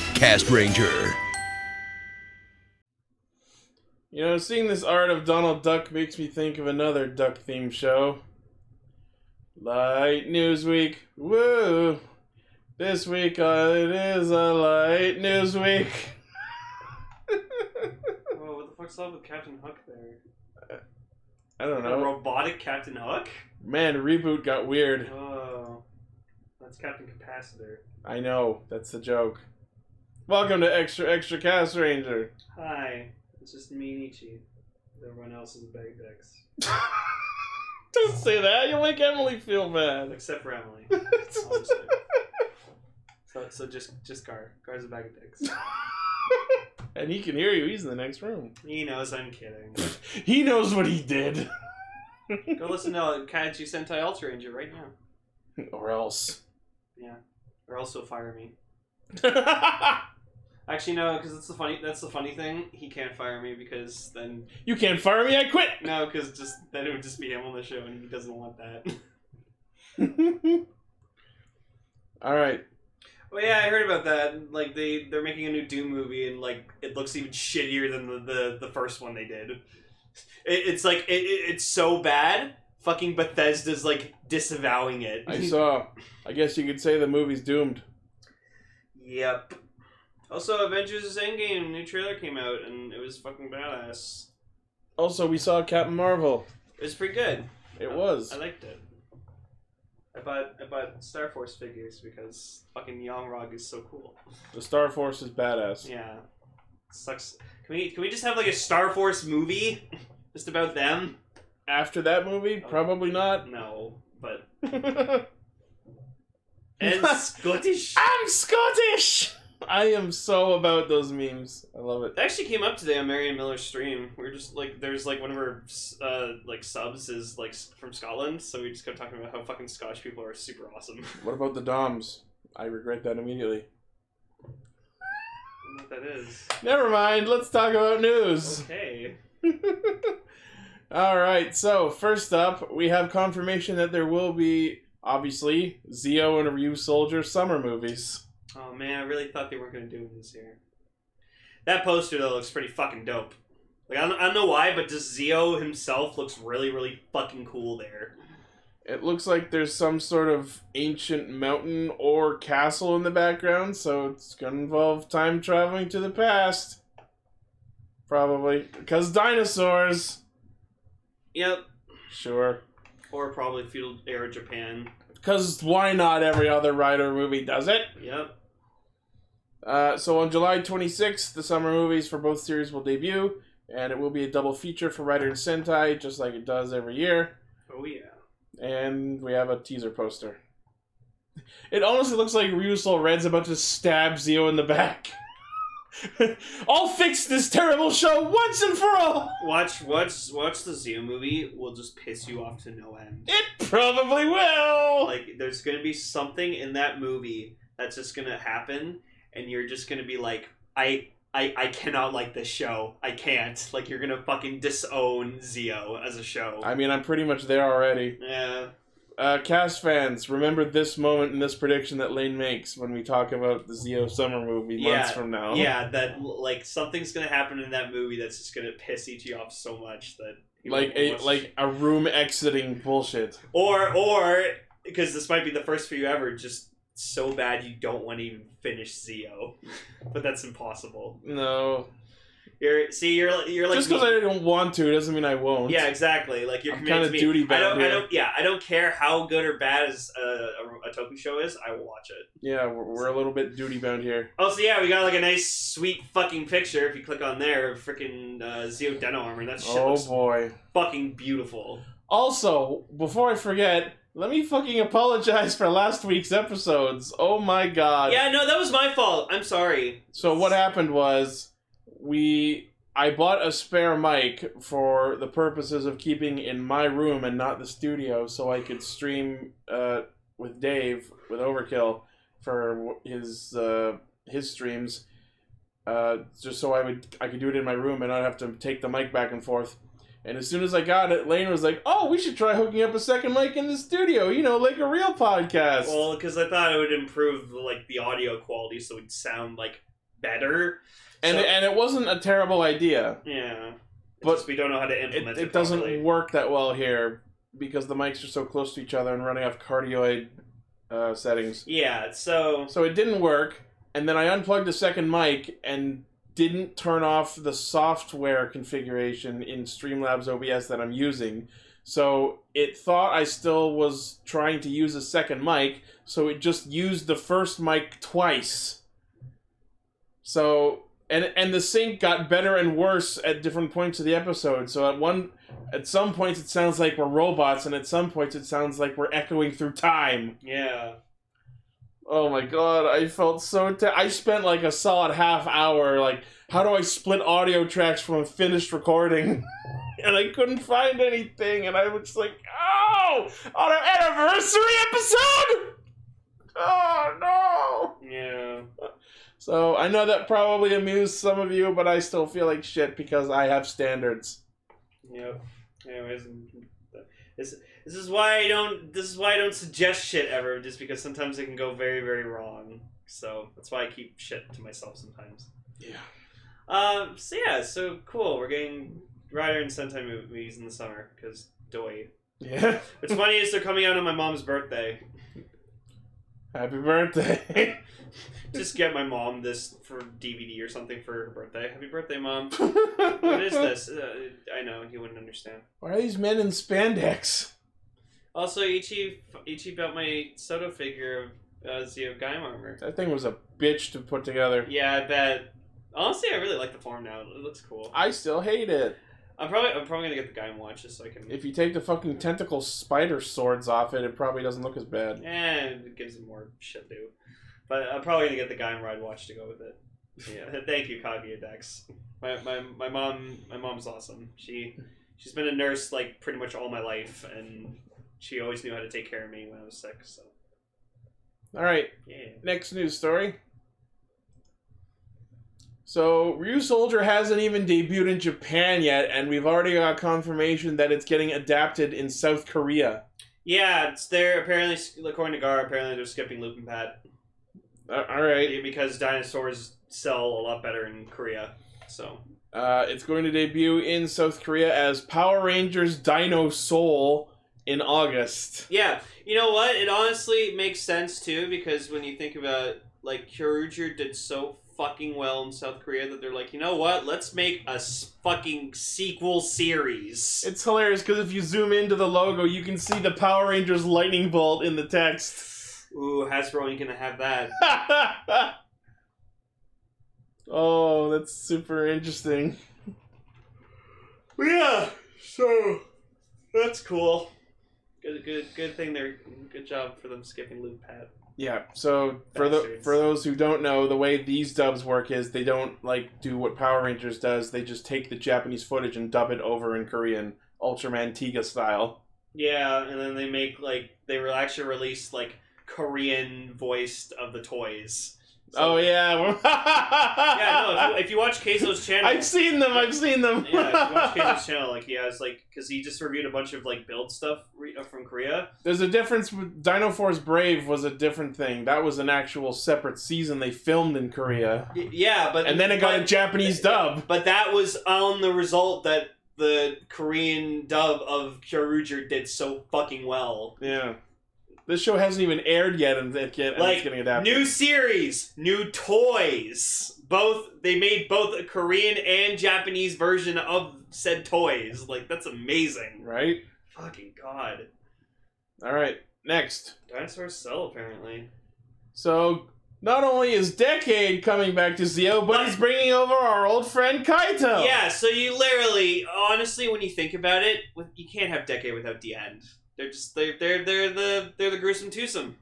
Podcast Ranger. You know, seeing this art of Donald Duck makes me think of another duck themed show. Light News Week. Woo! This week uh, it is a light news week. Whoa, Oh, what the fuck's up with Captain Hook there? I don't A know. robotic Captain Hook? Man, reboot got weird. Oh, that's Captain Capacitor. I know, that's the joke. Welcome to Extra Extra Cast Ranger. Hi, it's just me and Ichi. Everyone else is bag decks. Don't say that, you'll make Emily feel bad. Except for Emily. obviously. Emily so, so just just Gar. Gar's a bag of dicks. and he can hear you, he's in the next room. He knows I'm kidding. He knows what he did. Go listen to uh, Kaiju Sentai Ultra Ranger right now. or else. Or else he'll fire me. Actually, no, because that's the funny. That's the funny thing. He can't fire me because then you can't fire me, I quit! no, because just then it would just be him on the show, and he doesn't want that. Alright. Well, yeah, I heard about that. Like they they're making a new Doom movie, and like it looks even shittier than the the, the first one they did. It, it's like it, it, it's so bad. Fucking Bethesda's like disavowing it. I saw. I guess you could say the movie's doomed. yep. Also, Avengers Endgame new trailer came out, and it was fucking badass. Also, we saw Captain Marvel. It was pretty good. It was. I liked it. I bought I bought Star Force figures because fucking Yangrog is so cool. The Star Force is badass. Yeah. Sucks. Can we can we just have like a Star Force movie just about them? After that movie, probably not. No, but I'm and Scottish. Scottish! I am so about those memes. I love it. That actually came up today on Marion Miller's stream. We were just like, there's like one of her uh, like subs is like s- from Scotland, so we just kept talking about how fucking Scottish people are super awesome. What about the Doms? I regret that immediately. I don't know what that is. Never mind, let's talk about news. Okay. All right, so first up, we have confirmation that there will be, obviously, Zio and Ryu Soldier summer movies. Oh man, I really thought they weren't gonna do it this year. That poster though looks pretty fucking dope. Like I don't, I don't know why, but just Zio himself looks really really fucking cool there. It looks like there's some sort of ancient mountain or castle in the background, so it's gonna involve time traveling to the past. Probably. Because dinosaurs! Yep. Sure. Or probably Feudal Era Japan. Because why not every other Rider movie does it? Yep. Uh, so on July 26th, the summer movies for both series will debut, and it will be a double feature for Rider and Sentai, just like it does every year. Oh yeah. And we have a teaser poster. It honestly looks like Ryusol Red's about to stab Zio in the back. I'll fix this terrible show once and for all! Watch watch watch the Zio movie will just piss you off to no end. It probably will! Like there's gonna be something in that movie that's just gonna happen, and you're just gonna be like, I. I, I cannot like this show. I can't. Like you're gonna fucking disown Zio as a show. I mean, I'm pretty much there already. Yeah. Uh, cast fans, remember this moment and this prediction that Lane makes when we talk about the Zio summer movie months Yeah, from now. Yeah, that like something's gonna happen in that movie that's just gonna piss E.G. off so much that he like won't a watch- like a room exiting bullshit. or or because this might be the first for you ever, just so bad you don't want to even finish Zio, but that's impossible. No, You're see, you're like- you're like just because I don't want to doesn't mean I won't. yeah, exactly. Like you're I'm committed kinda to me. duty-bound I don't, I here. don't, yeah, I don't care how good or bad as a, a, a Toku show is. I will watch it. yeah, we're, we're a little bit duty bound here. Also, yeah, we got like a nice, sweet fucking picture. If you click on there, freaking uh, Zio Deno armor. That shit Oh looks boy. fucking beautiful. Also, before I forget, let me fucking apologize for last week's episodes. Oh my god. yeah, no, that was my fault. I'm sorry. So what happened was we I bought a spare mic for the purposes of keeping in my room and not the studio so I could stream uh, with Dave with Overkill for w- his uh, his streams uh, just so I would I could do it in my room and not have to take the mic back and forth. And as soon as I got it, Lane was like, "Oh, we should try hooking up a second mic in the studio, you know, like a real podcast." Well, because I thought it would improve like the audio quality, so it'd sound like better. and So- and it wasn't a terrible idea. Yeah, But but we don't know how to It, implement it. it doesn't properly. work that well here because the mics are so close to each other and running off cardioid uh, settings. Yeah, so So it didn't work, and then I unplugged the second mic and didn't turn off the software configuration in Streamlabs OBS that I'm using. So it thought I still was trying to use a second mic, so it just used the first mic twice. So and and the sync got better and worse at different points of the episode. So at one at some points it sounds like we're robots and at some points it sounds like we're echoing through time. yeah, Oh my god, I felt so. Te- I spent like a solid half hour, like, how do I split audio tracks from a finished recording? and I couldn't find anything, and I was like, oh, on our anniversary episode? Oh no! yeah. So I know that probably amused some of you, but I still feel like shit because I have standards. Yep. Anyways, this this is why I don't this is why I don't suggest shit ever, just because sometimes it can go very very wrong. So that's why I keep shit to myself sometimes. Yeah. Um. So yeah. So cool. We're getting Rider and Sentai movies in the summer because doy. Yeah. What's funny is they're coming out on my mom's birthday. Happy birthday. Just get my mom this for DVD or something for her birthday. Happy birthday, mom. What is this? Uh, I know he wouldn't understand. Why are these men in spandex? Also, Ichi Ichi built my Soto figure of uh, Zio Gaim armor. That thing was a bitch to put together. Yeah, I bet. Honestly, I really like the form now. It looks cool. I still hate it. I'm probably I'm probably gonna get the Gaim watch just so I can. If you take the fucking tentacle spider swords off it, it probably doesn't look as bad. And it gives him more shit to do. But I'm probably gonna get the Gaim ride watch to go with it. Yeah. Thank you, Kaguya Dex. My, my my mom my mom's awesome. She she's been a nurse like pretty much all my life, and she always knew how to take care of me when I was sick. So All right, yeah. next news story. So, Ryu Soldier hasn't even debuted in Japan yet, and we've already got confirmation that it's getting adapted in South Korea. Yeah, it's there. Apparently, according to Gar, apparently they're skipping Loop and Pat Uh, all right, because dinosaurs sell a lot better in Korea. So uh, it's going to debut in South Korea as Power Rangers Dino Soul in August. Yeah, you know what? It honestly makes sense too because when you think about like Kyoruger did so fucking well in South Korea that they're like, you know what? Let's make a s- fucking sequel series. It's hilarious because if you zoom into the logo, you can see the Power Rangers lightning bolt in the text. Ooh, Hasbro ain't gonna have that. oh, that's super interesting. yeah, so that's cool. Good, good, good thing they're good job for them skipping Loop Pat. Yeah. So for the Bastards. for those who don't know, the way these dubs work is they don't like do what Power Rangers does. They just take the Japanese footage and dub it over in Korean, Ultraman Tiga style. Yeah, and then they make like they were actually released like Korean voiced of the toys. oh yeah. yeah, no. If you, if you watch Keizo's channel, I've seen them. I've seen them. yeah, if you watch Keizo's channel, like he has like because he just reviewed a bunch of like build stuff re- uh, from Korea. There's a difference. with- Dino Force Brave was a different thing. That was an actual separate season they filmed in Korea, Y- yeah, but and then it got a but, Japanese dub. but that was on the result that the Korean dub of Kyoruger did so fucking well. Yeah. This show hasn't even aired yet, and, it get, and Like, it's getting adapted. New series, new toys. Both they made both a Korean and Japanese version of said toys. Like that's amazing. right? Fucking god, All right. Next. dinosaurs sell apparently. So, not only is Decade coming back to Zio, but he's bringing over our old friend Kaito. Yeah, so you literally, honestly, when you think about it, with, you can't have Decade without the end. They're just they're they're they're the they're the gruesome twosome.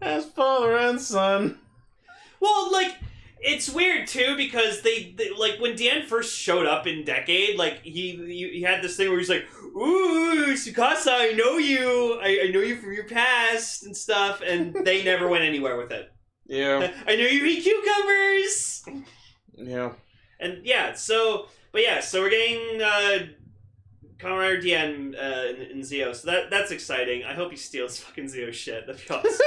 As father and son. Well, like it's weird too because they, they like when Deanne first showed up in Decade, like he, he he had this thing where he's like, "Ooh, Sukasa, I know you. I, I know you from your past and stuff," and they never went anywhere with it. Yeah. I know you eat cucumbers. Yeah. And yeah, so but yeah, so we're getting uh Comrade Dien uh in, in Zio, so that that's exciting. I hope he steals fucking Zio shit. That'd be awesome.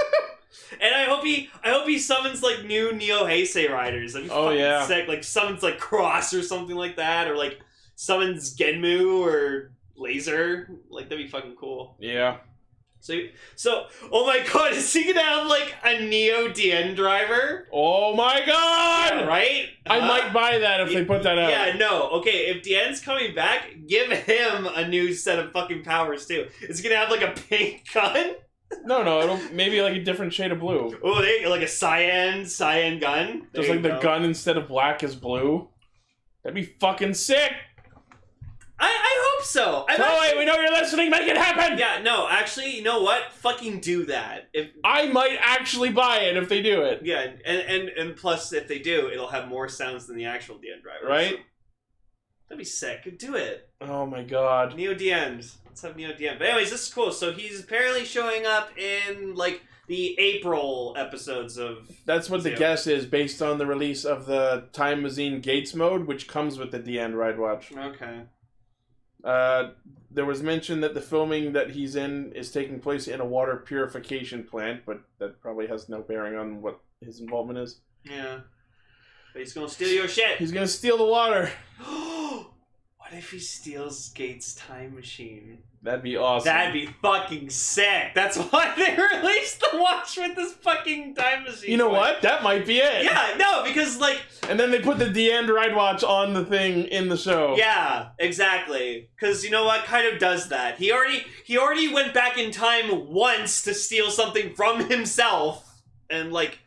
And I hope he, I hope he summons like new Neo Heisei riders. That'd be Oh, fucking yeah. sick. Like summons like Cross or something like that, or like summons Genmu or Laser. Like that'd be fucking cool. Yeah. So, so oh my god, is he gonna have like a Neo DN driver? Oh my god! Yeah, right? Uh, I Huh? might buy that if they put that out. Yeah, no. Okay, if Deanne's coming back, give him a new set of fucking powers too. Is he gonna have like a pink gun? No, no, it'll maybe like a different shade of blue. Oh, there you go, like a cyan, cyan gun. There Just you like the go. gun instead of black is blue. That'd be fucking sick. I, I hope so. I'm Toei, actually- we know you're listening. Make it happen. yeah, no. Actually, you know what? Fucking do that. If I might actually buy it if they do it. yeah, and and and plus, if they do, it'll have more sounds than the actual Deanne driver. Right? That'd be sick. Do it. Oh my god. Neo DMs. Let's have Neo DM. But anyways, this is cool. So he's apparently showing up in like the April episodes of That's what the Yeah. guess is based on the release of the Time Machine Gates mode, which comes with the DN Ride Watch. Okay. Uh, there was mention that the filming that he's in is taking place in a water purification plant, but that probably has no bearing on what his involvement is. Yeah. But he's gonna steal your shit. He's gonna steal the water. what if he steals Gates' time machine? That'd be awesome. That'd be fucking sick. That's why they released the watch with this fucking time machine. You know what? That might be it. Yeah, no, because like, And then they put the DN Ride Watch on the thing in the show. yeah, exactly. Because you know what? Kind of does that. He already he already went back in time once to steal something from himself, and like,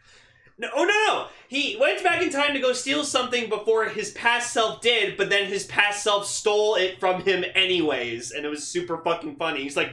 no, oh no, no, he went back in time to go steal something before his past self did, but then his past self stole it from him anyways, and it was super fucking funny. He's like,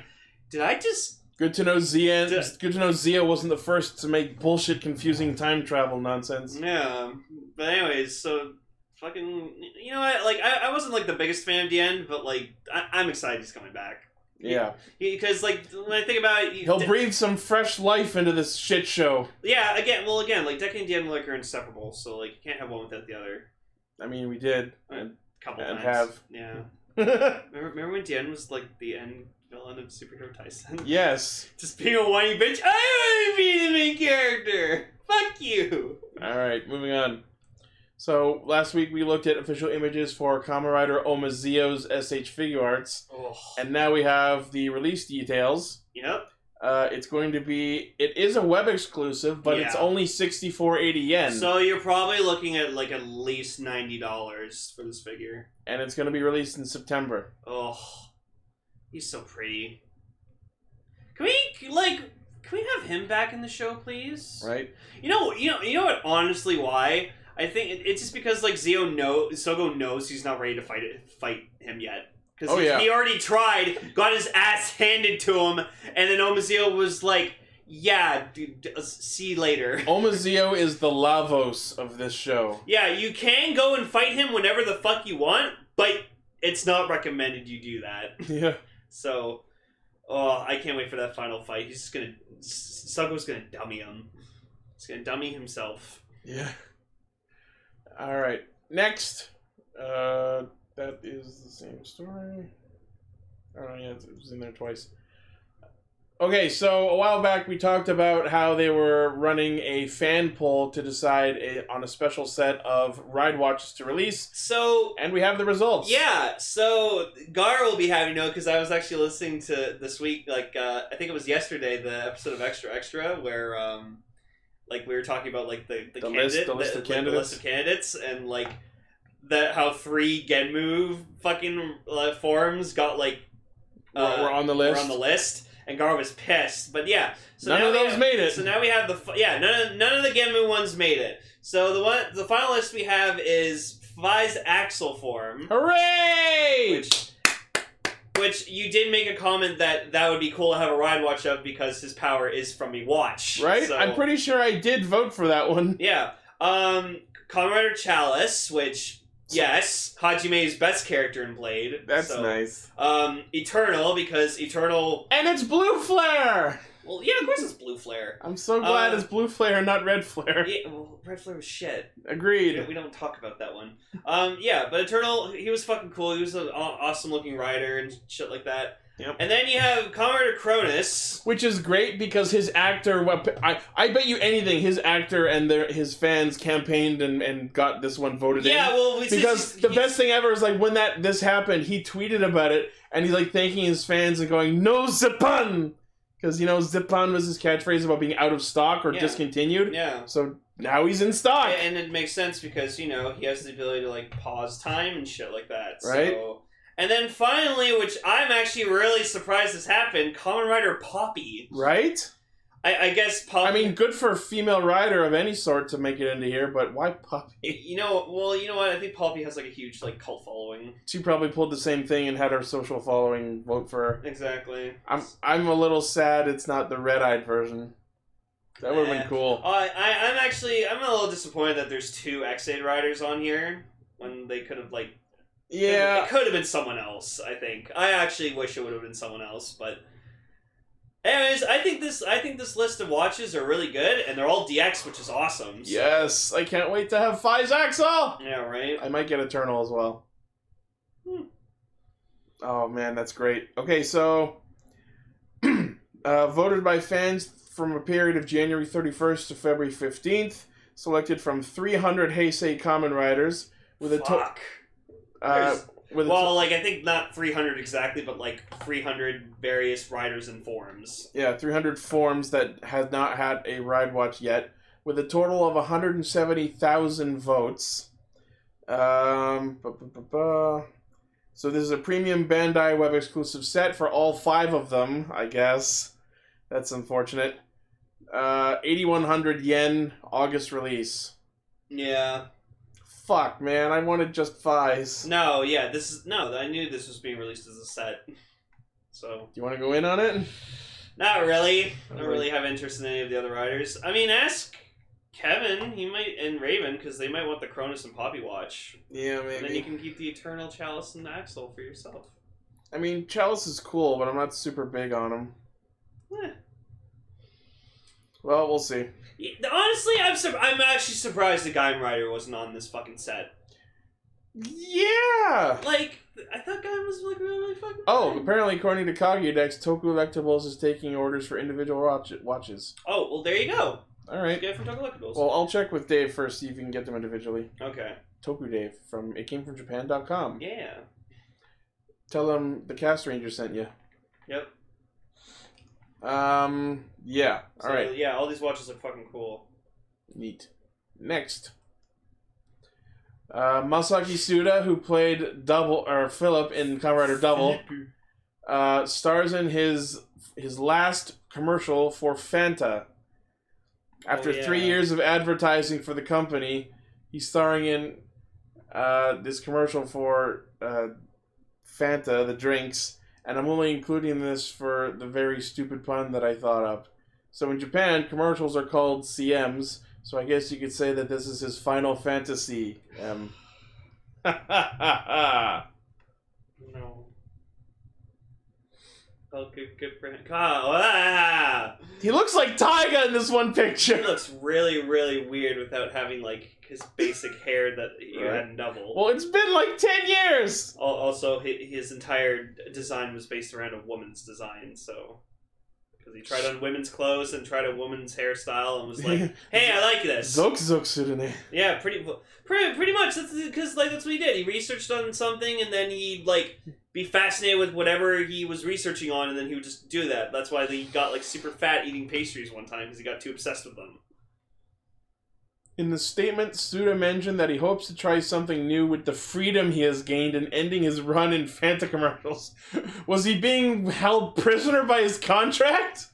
did I just? Good to know Zia. Yeah. Good to know Zia wasn't the first to make bullshit, confusing time travel Mm-hmm. nonsense. Yeah, but anyways, so fucking, you know what? Like, I, I wasn't like the biggest fan of the end, but like, I, I'm excited he's coming back Yeah, because like when I think about it, you- he'll De- breathe some fresh life into this shit show. yeah, again, well, again, like Deku and Deanne like are inseparable, so like you can't have one without the other. I mean, we did. And- A couple And times, have. yeah. Remember, remember when Deanne was like the end villain of Superhero Tyson, yes. just being a whiny bitch. I want to be the main character. Fuck you. All right, moving on. So last week we looked at official images for Kamen Rider Omazio's SH figure arts, Oh. and now we have the release details. Yep. Uh, it's going to be. It is a web exclusive, but it's Yeah. only sixty four eighty yen, So you're probably looking at like at least ninety dollars for this figure. and it's going to be released in September. Oh, he's so pretty. Can we like? Can we have him back in the show, please? Right? You know, you know, you know what? Honestly, why? I think it- it's just because like Zio know Sogo knows he's not ready to fight it, fight him yet. Because Oh, yeah. he already tried, got his ass handed to him, and then Omazeo was like, "Yeah, dude, d- uh, see you later." Omazio is the Lavos of this show. Yeah, you can go and fight him whenever the fuck you want, but it's not recommended you do that. Yeah. So, oh, I can't wait for that final fight. He's just gonna S- Sugo's gonna dummy him. He's gonna dummy himself. Yeah. All right. Next. Uh, that is the same story. Oh yeah, it was in there twice. Okay, so a while back we talked about how they were running a fan poll to decide a, on a special set of ride watches to release, So. and we have the results. Yeah, so Gar will be happy to know because I was actually listening to this week, like uh, I think it was yesterday, the episode of Extra Extra where, um, like, we were talking about like the the, The candidate, list- the list of like, the list of candidates, and like that how three Genmu fucking uh, forms got like we're, uh, we're on the were list. on the list, and Gar was pissed. But yeah, so None now of we those have- made it. so now we have the fi- yeah none of, none of the Genmu ones made it. So the one the final list we have is Fi's Axel form, Hooray! which which you did make a comment that that would be cool to have a ride watch of because his power is from a watch, right? So- I'm pretty sure I did vote for that one. yeah. Um, Comrade Chalice, which yes, Hajime's best character in Blade. That's so, nice. Um, Eternal because Eternal. And it's Blue Flare! Well, yeah, of course it's Blue Flare. I'm so glad Uh, it's blue flare, not red flare. Yeah, well, Red Flare was shit. We Agreed. don't, we don't talk about that one. Um, yeah, but Eternal, he was fucking cool. He was an awesome looking rider and shit like that. Yep. And then you have Commodore Cronus. Which is great because his actor, wep- I, I bet you anything, his actor and their, his fans campaigned and, and got this one voted in. Yeah, well, we- because he's- the he's- best thing ever is like when that this happened, he tweeted about it and he's like thanking his fans and going, "No Zipan," because you know Zipan was his catchphrase about being out of stock or Yeah. discontinued. Yeah. So now he's in stock. And it makes sense because you know he has the ability to like pause time and shit like that. Right. So. And then finally, which I'm actually really surprised this happened, Common Rider Poppy. Right? I, I guess Poppy. I mean, good for a female rider of any sort to make it into here, but why puppy? you know, well, you know what? I think Poppy has like a huge like cult following. She probably pulled the same thing and had her social following vote for her. Exactly. I'm I'm a little sad it's not the red eyed version. That would have Yeah. been cool. I, I I'm actually I'm a little disappointed that there's two X8 riders on here when they could have like Yeah, it could have been someone else. I think I actually wish it would have been someone else, but anyways, I think this I think this list of watches are really good and they're all DX, which is awesome. So- Yes, I can't wait to have Fives Axel. yeah, right. I might get Eternal as well. Hmm. Oh man, that's great. Okay, so uh, voted by fans from a period of January 31st to February 15th, selected from 300 Heisei Common Riders with a to- Fuck. uh, with a to- well, like I think not 300 exactly, but like 300 various riders and forms. yeah 300 forms that has not had a ride watch yet, with a total of 170,000 votes. Um, ba- ba- ba- ba. So this is a premium Bandai web exclusive set for all five of them, I guess. That's unfortunate. Uh, 8,100 yen, August release. Yeah. Fuck, man, I wanted just fives. Do No. Yeah. This is no. I knew this was being released as a set. So you want to go in on it? not really. I don't Okay. really have interest in any of the other riders. I mean, ask Kevin. He might and Raven because they might want the Cronus and Poppy watch. Yeah, And then you maybe. can keep the Eternal Chalice and Axel for yourself. I mean, Chalice is cool, but I'm not super big on him. Eh. Well, we'll see. Y- Honestly, I'm sur- I'm actually surprised the Gaim Rider wasn't on this fucking set. Yeah! Like, I thought Gaim was like really fucking. Oh, good. apparently, according to Kaguyadex, Toku Electables is taking orders for individual watch- watches. Oh, well, there you go. All right. Get it from Tokolectables. Well, I'll check with Dave first, see if you can get them individually. okay. Toku Dave from it came from Japan.com. Yeah. Tell them the Cast Ranger sent you. Yep. Um. Yeah. So, All right. Yeah, all these watches are fucking cool. Neat. Next. Uh, Masaki Suda, who played Double or Philip in Kamen Rider Double, uh, stars in his his last commercial for Fanta. After Oh, yeah. three years of advertising for the company, he's starring in uh, this commercial for uh, Fanta, the drinks, and I'm only including this for the very stupid pun that I thought up. So in Japan, commercials are called CMs, so I guess you could say that this is his Final Fantasy M. No. Oh, good, good for him. God, ah! he looks like Taiga in this one He picture. looks really, really weird without having like his basic hair that you had in Double. Well, it's been like 10 years! Al- also, hi- his entire design was based around a woman's design, so because he tried on women's clothes and tried a woman's hairstyle and was like, "Hey, I like this." Zok Zok Surune. Yeah, pretty, pretty, pretty much. That's because like that's what he did. He researched on something, and then he'd like be fascinated with whatever he was researching on, and then he would just do that. That's why he got like super fat eating pastries one time because he got too obsessed with them. In the statement, Suda mentioned that he hopes to try something new with the freedom he has gained in ending his run in Fanta commercials. Was he being held prisoner by his contract?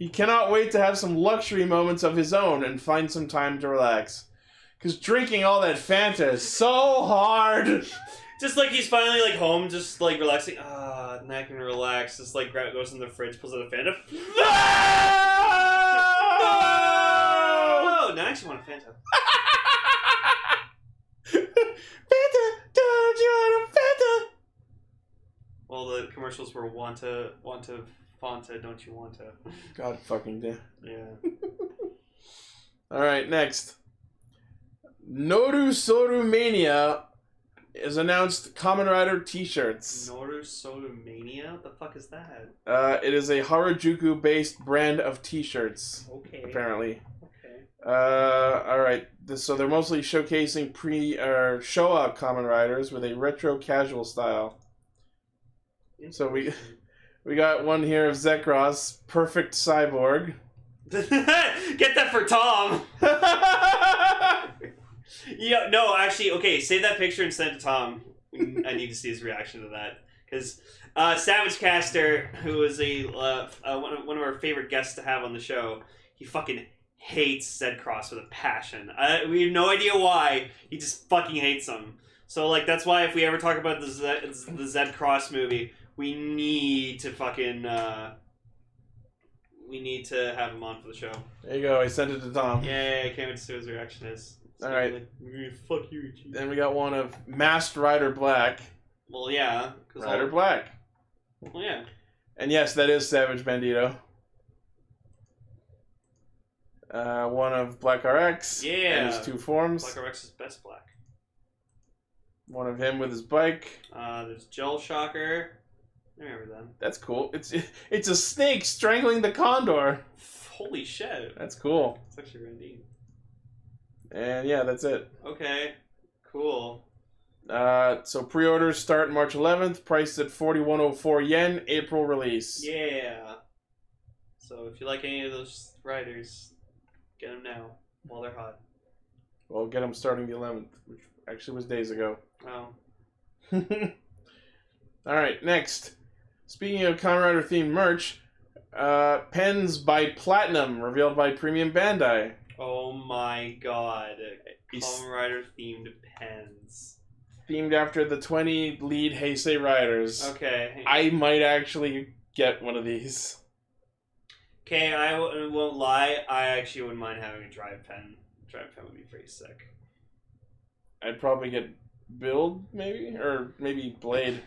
He cannot wait to have some luxury moments of his own and find some time to relax. Because drinking all that Fanta is so hard! Just like he's finally like home, just like relaxing. Ah, now I can relax. Just like grab, goes in the fridge, pulls out a Fanta. No! Oh, now I actually want a Fanta. Fanta! Don't you want a Fanta? Well, the commercials were want to, want to, Fanta, don't you want to? God fucking damn. Yeah. All right, next. Noru Soru Mania has announced Common Rider T-shirts. Noru Solomania? What the fuck is that? Uh, it is a Harajuku-based brand of T-shirts, Okay. apparently. Okay. Uh, all right. This- So they're mostly showcasing pre or show up Common Riders with a retro casual style. So we- We got one here of Zekros, perfect cyborg. Get that for Tom. Yeah, no, actually, okay, save that picture and send it to Tom. I need to see his reaction to that because uh, Savage Caster, who is a uh, uh, one, of, one of our favorite guests to have on the show, he fucking hates Zed Cross with a passion. I, we have no idea why. He just fucking hates him. So like that's why if we ever talk about the Zed, the Zed Cross movie, we need to fucking uh, we need to have him on for the show. There you go. I sent it to Tom. Yeah, I can't wait to see what his reaction is. It's All gonna be right. like, "Mm, fuck you, Ichi." Then we got one of Masked Rider Black. Well, yeah. 'cause Rider all- Black. Well, yeah. And yes, that is Savage Bandito. Uh, one of Black RX. Yeah. And his two forms. Black RX is best black. One of him with his bike. Uh, there's Gel Shocker. I remember them. That's cool. It's it's a snake strangling the condor. Holy shit. That's cool. That's actually really neat. And yeah, that's it. Okay. Cool. Uh, so pre-orders start March 11th, priced at 4104 yen, April release. Yeah. So if you like any of those riders, get them now while they're hot. Well, get them starting the 11th, which actually was days ago. Oh. All right, next. Speaking of Kamen Rider themed merch, uh, pens by Platinum, revealed by Premium Bandai. Oh my god. He's Kamen Rider themed pens. themed after the 20 lead Heisei Riders. Okay. I might actually get one of these. Okay, I w- won't lie. I actually wouldn't mind having a drive pen. Drive pen would be pretty sick. I'd probably get Build, maybe? Or maybe Blade.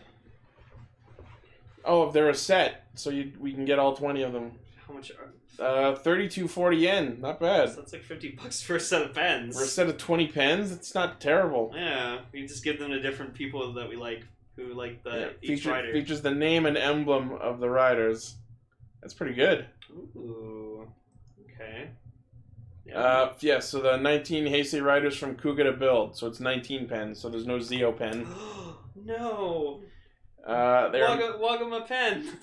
Oh, they're a set, so you, we can get all 20 of them. How much are Uh, 3240 yen, not bad. So that's like 50 bucks for a set of pens. For a set of 20 pens, it's not terrible. yeah, we just give them to different people that we like, who like the Yeah, each feature- rider. features the name and emblem of the riders. That's pretty good. Ooh, okay. Yeah, Uh, yeah, so the 19 Heisei riders from Kuga to build, so it's 19 pens, so there's no Zeo pen. no, Uh, there. Waga, Wagga, Wagga my pen.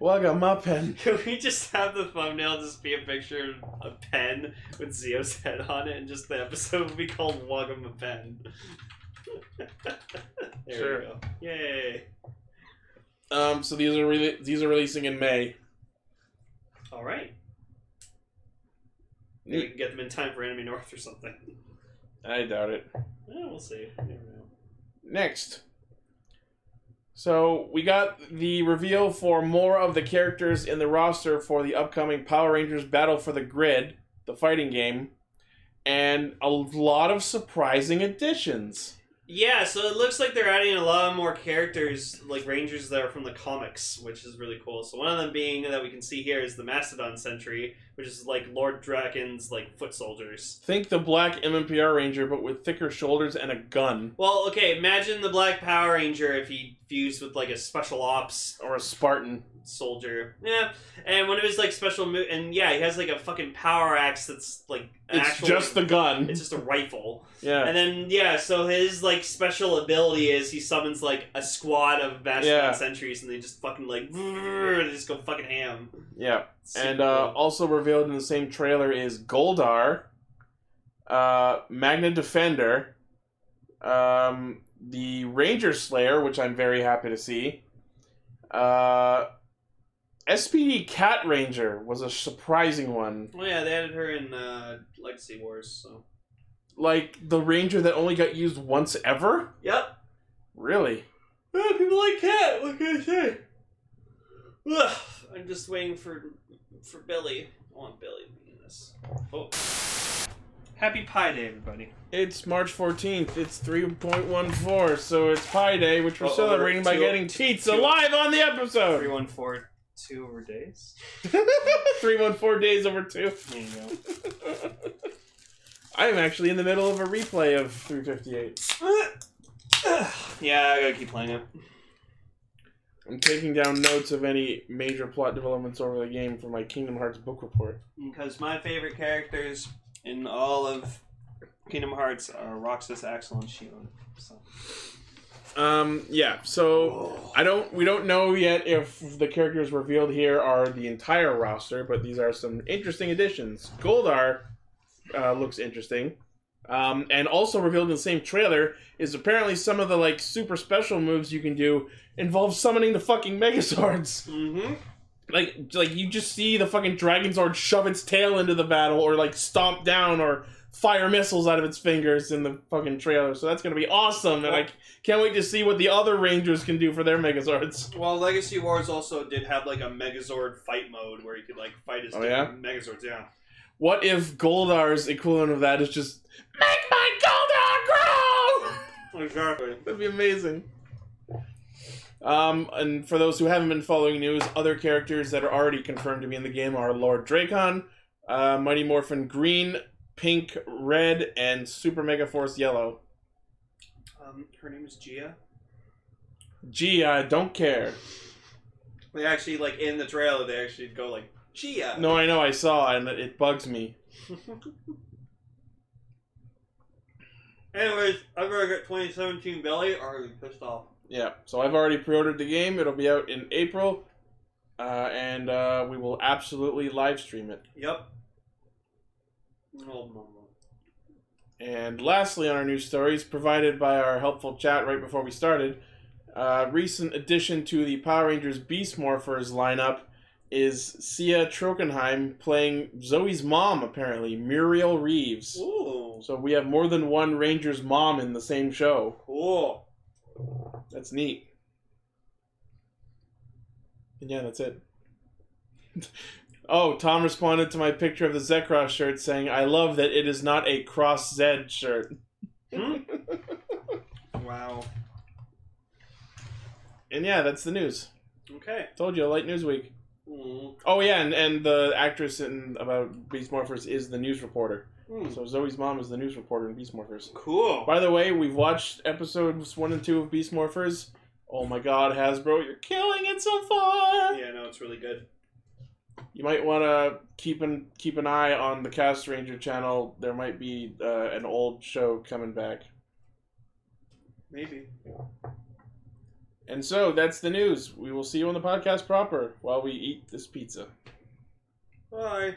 my pen. Can we just have the thumbnail just be a picture of a pen with Zio's head on it, and just the episode will be called Wagga my pen. there Sure. we go. Yay! Um, so these are really these are releasing in May. All right. Maybe we can get them in time for Enemy North or something. I doubt it. Yeah, we'll see. You never know. Next. So we got the reveal for more of the characters in the roster for the upcoming Power Rangers Battle for the Grid, the fighting game, and a lot of surprising additions. Yeah, so it looks like they're adding a lot more characters, like Rangers that are from the comics, which is really cool. So one of them being that we can see here is the Mastodon Sentry, which is like Lord Draken's like foot soldiers. Think the black MMPR Ranger, but with thicker shoulders and a gun, Well, okay, imagine the Black Power Ranger if he fused with like a special ops or a Spartan. soldier. Yeah, and one of his like special mo- and yeah, he has like a fucking power axe that's like an It's actual. just the gun. it's just a rifle. yeah. And then yeah, so his like special ability is he summons like a squad of Bastion Yeah. sentries and they just fucking like they just go fucking ham. Yeah. Super And uh, cool. also revealed in the same trailer is Goldar, uh, Magna Defender, um, the Ranger Slayer, which I'm very happy to see. Uh, SPD Cat Ranger was a surprising one. Well, yeah, they added her in uh, Legacy Wars. So Like the Ranger that only got used once ever? yep, Really? Yeah, people like Cat. What can I say? Ugh, I'm just waiting for for Billy. I want Billy to be in this. Oh. Happy Pie Day, everybody! It's March 14th. It's 3.14, so it's Pi Day, which we're Uh-oh, celebrating by two- getting pizza two- live on the episode! Everyone for two over days. 314 days over two. There you go. I'm actually in the middle of a replay of 358. yeah, I gotta keep playing it. I'm taking down notes of any major plot developments over the game for my Kingdom Hearts book report. Because my favorite characters in all of Kingdom Hearts are Roxas, Axel, and Shion. So. Um, yeah. So I don't. We don't know yet if the characters revealed here are the entire roster, but these are some interesting additions. Goldar uh, looks interesting, um, and also revealed in the same trailer is apparently some of the like super special moves you can do involve summoning the fucking Megazords. Mm-hmm. like like you just see the fucking dragon sword shove its tail into the battle or like stomp down or fire missiles out of its fingers in the fucking trailer so that's gonna be awesome and i c- can't wait to see what the other rangers can do for their megazords Well, Legacy Wars also did have like a Megazord fight mode where you could like fight as Oh, different Megazords. Yeah. what if goldar's equivalent of that is just make my goldar grow Exactly. That'd be amazing. Um, and for those who haven't been following news, other characters that are already confirmed to be in the game are Lord Dracon, uh, Mighty Morphin Green, Pink, Red, and Super Mega Force Yellow. Um, her name is Gia. Gee, I don't care. They actually like in the trailer they actually go like Gia. No, I know I saw, and it- it bugs me. Anyways, I've already got 2017 belly. Are pissed off? Yeah, so I've already pre-ordered the game. It'll be out in April, uh, and uh, we will absolutely live stream it. Yep. No, no, no. And lastly, on our news stories, provided by our helpful chat right before we started, uh, recent addition to the Power Rangers Beast Morphers lineup is Sia Trokenheim playing Zoe's mom, apparently, Muriel Reeves. Ooh, So we have more than one Ranger's mom in the same show. cool. That's neat. And yeah, that's it. oh, Tom responded to my picture of the Zekross shirt saying, I love that it is not a Cross Z shirt. Hmm? wow. And yeah, that's the news. Okay. Told you, light news week. Mm. Oh yeah, and, and the actress in about Beast Morphers is the news reporter. Mm. So Zoe's mom is the news reporter in Beast Morphers. Cool. By the way, we've watched episodes one and two of Beast Morphers. Oh my God, Hasbro, you're killing it so far. Yeah, no, it's really good. You might want to keep an keep an eye on the Cast Ranger channel. There might be uh, an old show coming back. Maybe. And so that's the news. We will see you on the podcast proper while we eat this pizza. Bye.